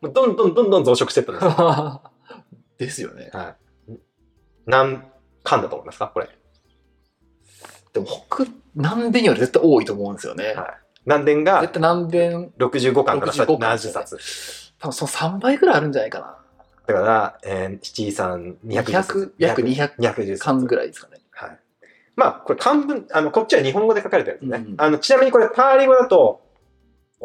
[SPEAKER 2] もうどんどんどんどん増殖してったんです よ
[SPEAKER 3] ですよね。
[SPEAKER 2] はい。何巻だと思いますかこれ。
[SPEAKER 3] でも北南伝より絶対多いと思うんですよね。
[SPEAKER 2] はい南伝が
[SPEAKER 3] 絶対南伝
[SPEAKER 2] 65巻から
[SPEAKER 3] 65巻
[SPEAKER 2] 70冊。
[SPEAKER 3] 多分その3倍ぐらいあるんじゃないかな。
[SPEAKER 2] だから、えー、七三200冊
[SPEAKER 3] 200約200
[SPEAKER 2] 210
[SPEAKER 3] 巻
[SPEAKER 2] 冊
[SPEAKER 3] ぐらいですかね。
[SPEAKER 2] はい。まあ、これ漢文、あの、こっちは日本語で書かれてるんですね。
[SPEAKER 3] うん
[SPEAKER 2] あの、ちなみにこれパーリ語だと、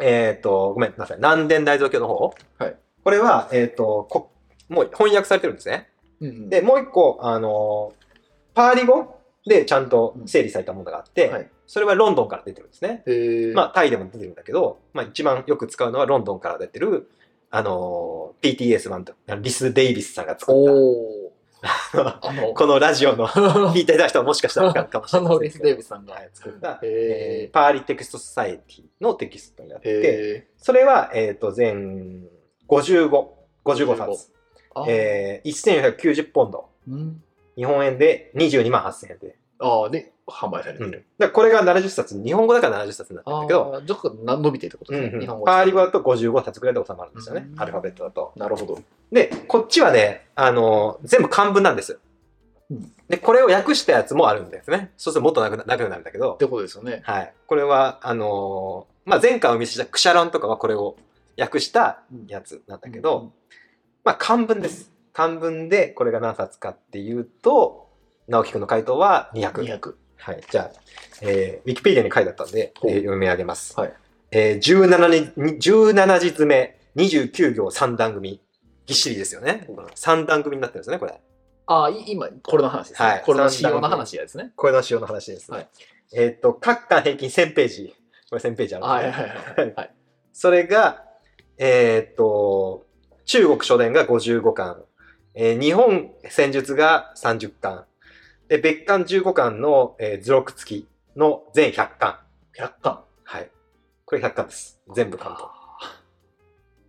[SPEAKER 2] えっ、と、ごめんなさい、南伝大蔵経の方。
[SPEAKER 3] はい。
[SPEAKER 2] これは、えっ、とこ、もう翻訳されてるんですね。
[SPEAKER 3] うん
[SPEAKER 2] で、もう一個、あのーパーリ語でちゃんと整理されたものがあって、
[SPEAKER 3] はい
[SPEAKER 2] それはロンドンから出てるんですね。
[SPEAKER 3] えー
[SPEAKER 2] まあ、タイでも出てるんだけど、まあ、一番よく使うのはロンドンから出てる、あのー PTS 版と、リス・デイビスさんが作っ
[SPEAKER 3] お
[SPEAKER 2] た、
[SPEAKER 3] ーあの、
[SPEAKER 2] このラジオ の聞いていただいた人はもしかしたらわかるかもし
[SPEAKER 3] あ
[SPEAKER 2] れない
[SPEAKER 3] のリス・デイビスさんが。
[SPEAKER 2] はい、作った、
[SPEAKER 3] へー
[SPEAKER 2] えーパーリテクスト・ソサエティのテキストになって、
[SPEAKER 3] え
[SPEAKER 2] それは、えー、と全55、55冊、
[SPEAKER 3] ー、あ
[SPEAKER 2] えー、1490ポンド、
[SPEAKER 3] うん
[SPEAKER 2] 日本円で22万8000円で、
[SPEAKER 3] あーで、販売されて
[SPEAKER 2] うん、
[SPEAKER 3] る。
[SPEAKER 2] だからこれが70冊、日本語だから70冊になってるん
[SPEAKER 3] あ
[SPEAKER 2] だけど、
[SPEAKER 3] あー、どこかな伸びてるってこと
[SPEAKER 2] う
[SPEAKER 3] で
[SPEAKER 2] ん
[SPEAKER 3] す
[SPEAKER 2] う
[SPEAKER 3] ね。
[SPEAKER 2] ん
[SPEAKER 3] 日本語
[SPEAKER 2] パーリ語だと55冊ぐらいで収まるんですよね、
[SPEAKER 3] うん
[SPEAKER 2] アルファベットだと。
[SPEAKER 3] なるほど。
[SPEAKER 2] で、こっちはね、あの全部漢文なんですよ
[SPEAKER 3] うん。
[SPEAKER 2] で、これを訳したやつもあるんですね。そうするともっとなくななくなるんだけど
[SPEAKER 3] っ、てことですよね。
[SPEAKER 2] はい。これは、あのーまあ、前回お見せしたクシャロンとかはこれを訳したやつなんだけど、まあ、漢文です。漢文でこれが何冊かっていうと、直樹くんの回答は
[SPEAKER 3] うん、
[SPEAKER 2] 200。
[SPEAKER 3] 200。
[SPEAKER 2] はい。じゃあ、えー、ウィキペディアに書いてあったんで、え
[SPEAKER 3] ほう
[SPEAKER 2] ー読み上げます。
[SPEAKER 3] はい。
[SPEAKER 2] えー、17に、に17字詰め、29行3段組。ぎっしりですよね。3段組になってるんですよね、これ。
[SPEAKER 3] ああ、い今、これの話ですね。
[SPEAKER 2] はい
[SPEAKER 3] これの仕様の話ですね。
[SPEAKER 2] これの仕様の話です。
[SPEAKER 3] はい
[SPEAKER 2] えっ、と、各巻平均1000ページ。これ1000ページあるんですね
[SPEAKER 3] はいはいはいはい。
[SPEAKER 2] それが、えーっと、中国書伝が55巻、えー日本戦術が30巻、で、別巻15巻の、えー図録付きの全100巻、
[SPEAKER 3] 100巻。
[SPEAKER 2] はい。これ100巻です。全部関東。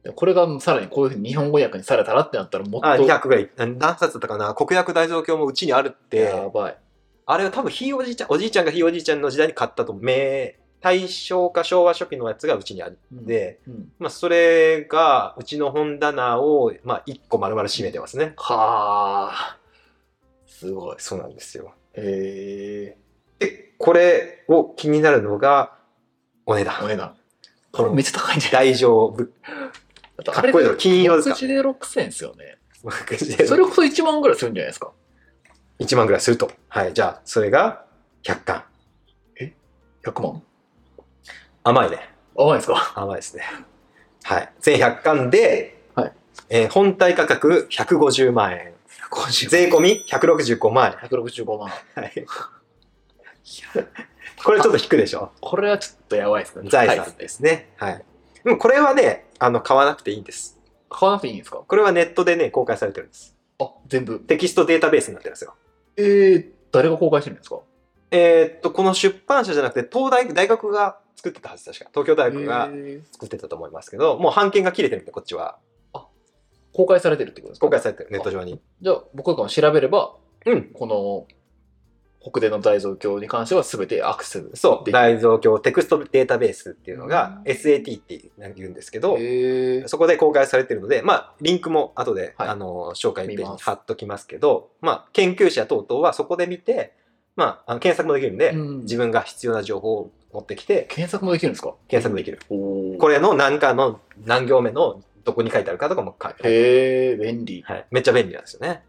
[SPEAKER 3] でこれがさらにこういうふうに日本語訳にされたらってなったらもっと
[SPEAKER 2] あ、200ぐらい。うん何冊だったかな国訳大蔵経もうちにあるって、
[SPEAKER 3] やばい。
[SPEAKER 2] あれは多分ひいおじいちゃん、おじいちゃんがひいおじいちゃんの時代に買ったと思う。明大正か昭和初期のやつがうちにある。
[SPEAKER 3] うん、
[SPEAKER 2] で、
[SPEAKER 3] うん、
[SPEAKER 2] まあ、それが、うちの本棚を、まあ、1個丸々占めてますね。
[SPEAKER 3] はあ。すごい。
[SPEAKER 2] そうなんですよ。
[SPEAKER 3] へえ。
[SPEAKER 2] で、これを気になるのが、お値
[SPEAKER 3] お
[SPEAKER 2] 段。
[SPEAKER 3] 値段。これめっちゃ高いんじゃない
[SPEAKER 2] 大乗ぶ、
[SPEAKER 3] だって
[SPEAKER 2] か
[SPEAKER 3] あ
[SPEAKER 2] っ
[SPEAKER 3] れ
[SPEAKER 2] こいいの。金色ですか
[SPEAKER 3] 口で6000円ですよね。そ
[SPEAKER 2] そ
[SPEAKER 3] れ
[SPEAKER 2] れ
[SPEAKER 3] こそ1万ぐらいするんじゃないですか。
[SPEAKER 2] 1万ぐらいすると。はい。じゃあ、それが100巻。
[SPEAKER 3] 100万。
[SPEAKER 2] 甘いね。
[SPEAKER 3] 甘いですか
[SPEAKER 2] 甘いですね。はい。全100巻で、
[SPEAKER 3] はい
[SPEAKER 2] えー本体価格150万円。税込み165万円。
[SPEAKER 3] ?165 万。
[SPEAKER 2] はい。これちょっと引くでしょ
[SPEAKER 3] これはちょっとやばいですね。
[SPEAKER 2] 財
[SPEAKER 3] 高い
[SPEAKER 2] 産
[SPEAKER 3] っすね
[SPEAKER 2] ですね。はい。でもこれはね、あの、買わなくていいんです。
[SPEAKER 3] 買わなくていいんですか
[SPEAKER 2] これはネットでね、公開されてるんです。
[SPEAKER 3] あ、全部。
[SPEAKER 2] テキストデータベースになってるんですよ。
[SPEAKER 3] えー、誰が公開してるんですか
[SPEAKER 2] えーっと、この出版社じゃなくて、東大、大学が作ってたはず、確か。東京大学が
[SPEAKER 3] えー
[SPEAKER 2] 作ってたと思いますけど、もう版権が切れてるんで、こっちは。
[SPEAKER 3] 公開されてるってことですか
[SPEAKER 2] 公開されてる、ネット上に。
[SPEAKER 3] じゃあ、僕が調べれば、
[SPEAKER 2] うん。
[SPEAKER 3] この北米の大蔵経に関しては全てアクセス
[SPEAKER 2] そう。
[SPEAKER 3] できる。
[SPEAKER 2] 大蔵経テクストデータベースっていうのが、
[SPEAKER 3] うん
[SPEAKER 2] SAT って言うんですけど、
[SPEAKER 3] へー
[SPEAKER 2] そこで公開されてるので、まあ、リンクも後で、
[SPEAKER 3] はい
[SPEAKER 2] あの紹介ページ
[SPEAKER 3] 見
[SPEAKER 2] に
[SPEAKER 3] ます
[SPEAKER 2] 貼っときますけど、まあ、研究者等々はそこで見て、まあ、あの検索もできるんで、
[SPEAKER 3] うん
[SPEAKER 2] 自分が必要な情報を持ってきて、
[SPEAKER 3] 検索もできるんですか
[SPEAKER 2] 検索できる。
[SPEAKER 3] お
[SPEAKER 2] こ
[SPEAKER 3] れ。
[SPEAKER 2] れの何かの何行目のどこに書いてあるかとかも書いてある。
[SPEAKER 3] へえ、便利。
[SPEAKER 2] はい、めっちゃ便利なんですよね。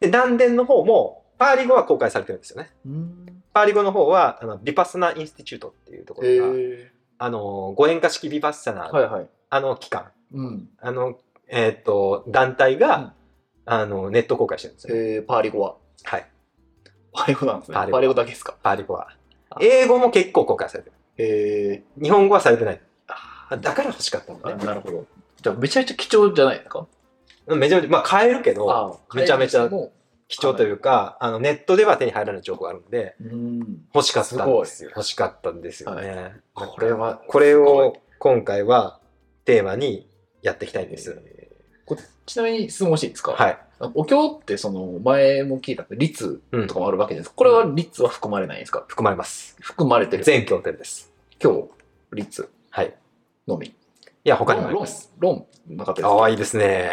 [SPEAKER 2] で、南伝の方も、パーリ語は公開されてるんですよね。
[SPEAKER 3] うん。
[SPEAKER 2] パーリ語の方は、あのビパッサナインスティチュートっていうとこ
[SPEAKER 3] へ
[SPEAKER 2] ろが、
[SPEAKER 3] え。
[SPEAKER 2] あの、五円化式ビパッサナ、
[SPEAKER 3] はいはい。
[SPEAKER 2] あの機関、
[SPEAKER 3] うん。
[SPEAKER 2] あの、えーっ、と、団体が、
[SPEAKER 3] うん
[SPEAKER 2] あの、ネット公開してるんですよ。
[SPEAKER 3] えー、パーリ語は。
[SPEAKER 2] はい。
[SPEAKER 3] パーリ語なんですね。
[SPEAKER 2] パ
[SPEAKER 3] パ
[SPEAKER 2] ー
[SPEAKER 3] ー
[SPEAKER 2] リ
[SPEAKER 3] リ
[SPEAKER 2] 語
[SPEAKER 3] 語だけですか。
[SPEAKER 2] パーリ語は
[SPEAKER 3] あ。
[SPEAKER 2] 英語も結構公開されてる。
[SPEAKER 3] へえ。
[SPEAKER 2] 日本語はされてない。だから欲しかったんだね。
[SPEAKER 3] なるほど。じゃあ、めちゃめちゃ貴重じゃないですか
[SPEAKER 2] めちゃめちゃ、まあ買えるけど、
[SPEAKER 3] あ
[SPEAKER 2] めちゃめちゃ
[SPEAKER 3] も
[SPEAKER 2] 貴重というか、あの、ネットでは手に入らない情報があるので、
[SPEAKER 3] ううん。
[SPEAKER 2] 欲しかったんです
[SPEAKER 3] す
[SPEAKER 2] よ。欲しかったんですよね。
[SPEAKER 3] これは、
[SPEAKER 2] これを今回はテーマにやっていきたいんです。
[SPEAKER 3] えーこちなみに質問していいですか
[SPEAKER 2] はい。
[SPEAKER 3] お経ってその前も聞いたけど律
[SPEAKER 2] うん
[SPEAKER 3] とかもあるわけです、これは律は含まれないんですか
[SPEAKER 2] 含まれます。
[SPEAKER 3] 含まれてる
[SPEAKER 2] 全協定です。
[SPEAKER 3] 今日律
[SPEAKER 2] はい。
[SPEAKER 3] のみ
[SPEAKER 2] いや、他にもあります。
[SPEAKER 3] 論論なかったです
[SPEAKER 2] ああ、いいですね。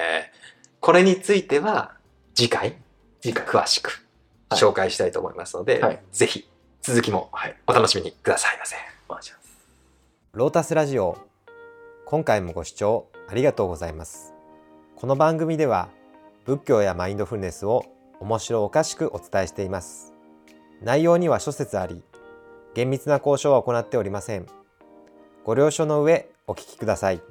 [SPEAKER 2] これについては、次回、
[SPEAKER 3] 次回
[SPEAKER 2] 詳しく
[SPEAKER 3] はい
[SPEAKER 2] 紹介したいと思いますので、
[SPEAKER 3] はい
[SPEAKER 2] ぜひ、続きも
[SPEAKER 3] はい
[SPEAKER 2] お楽しみにくださいませ。
[SPEAKER 1] ロータスラジオ今回もご視聴ありがとうございますこの番組では仏教やマインドフルネスを面白おかしくお伝えしています内容には諸説あり厳密な交渉は行っておりませんご了承の上お聞きください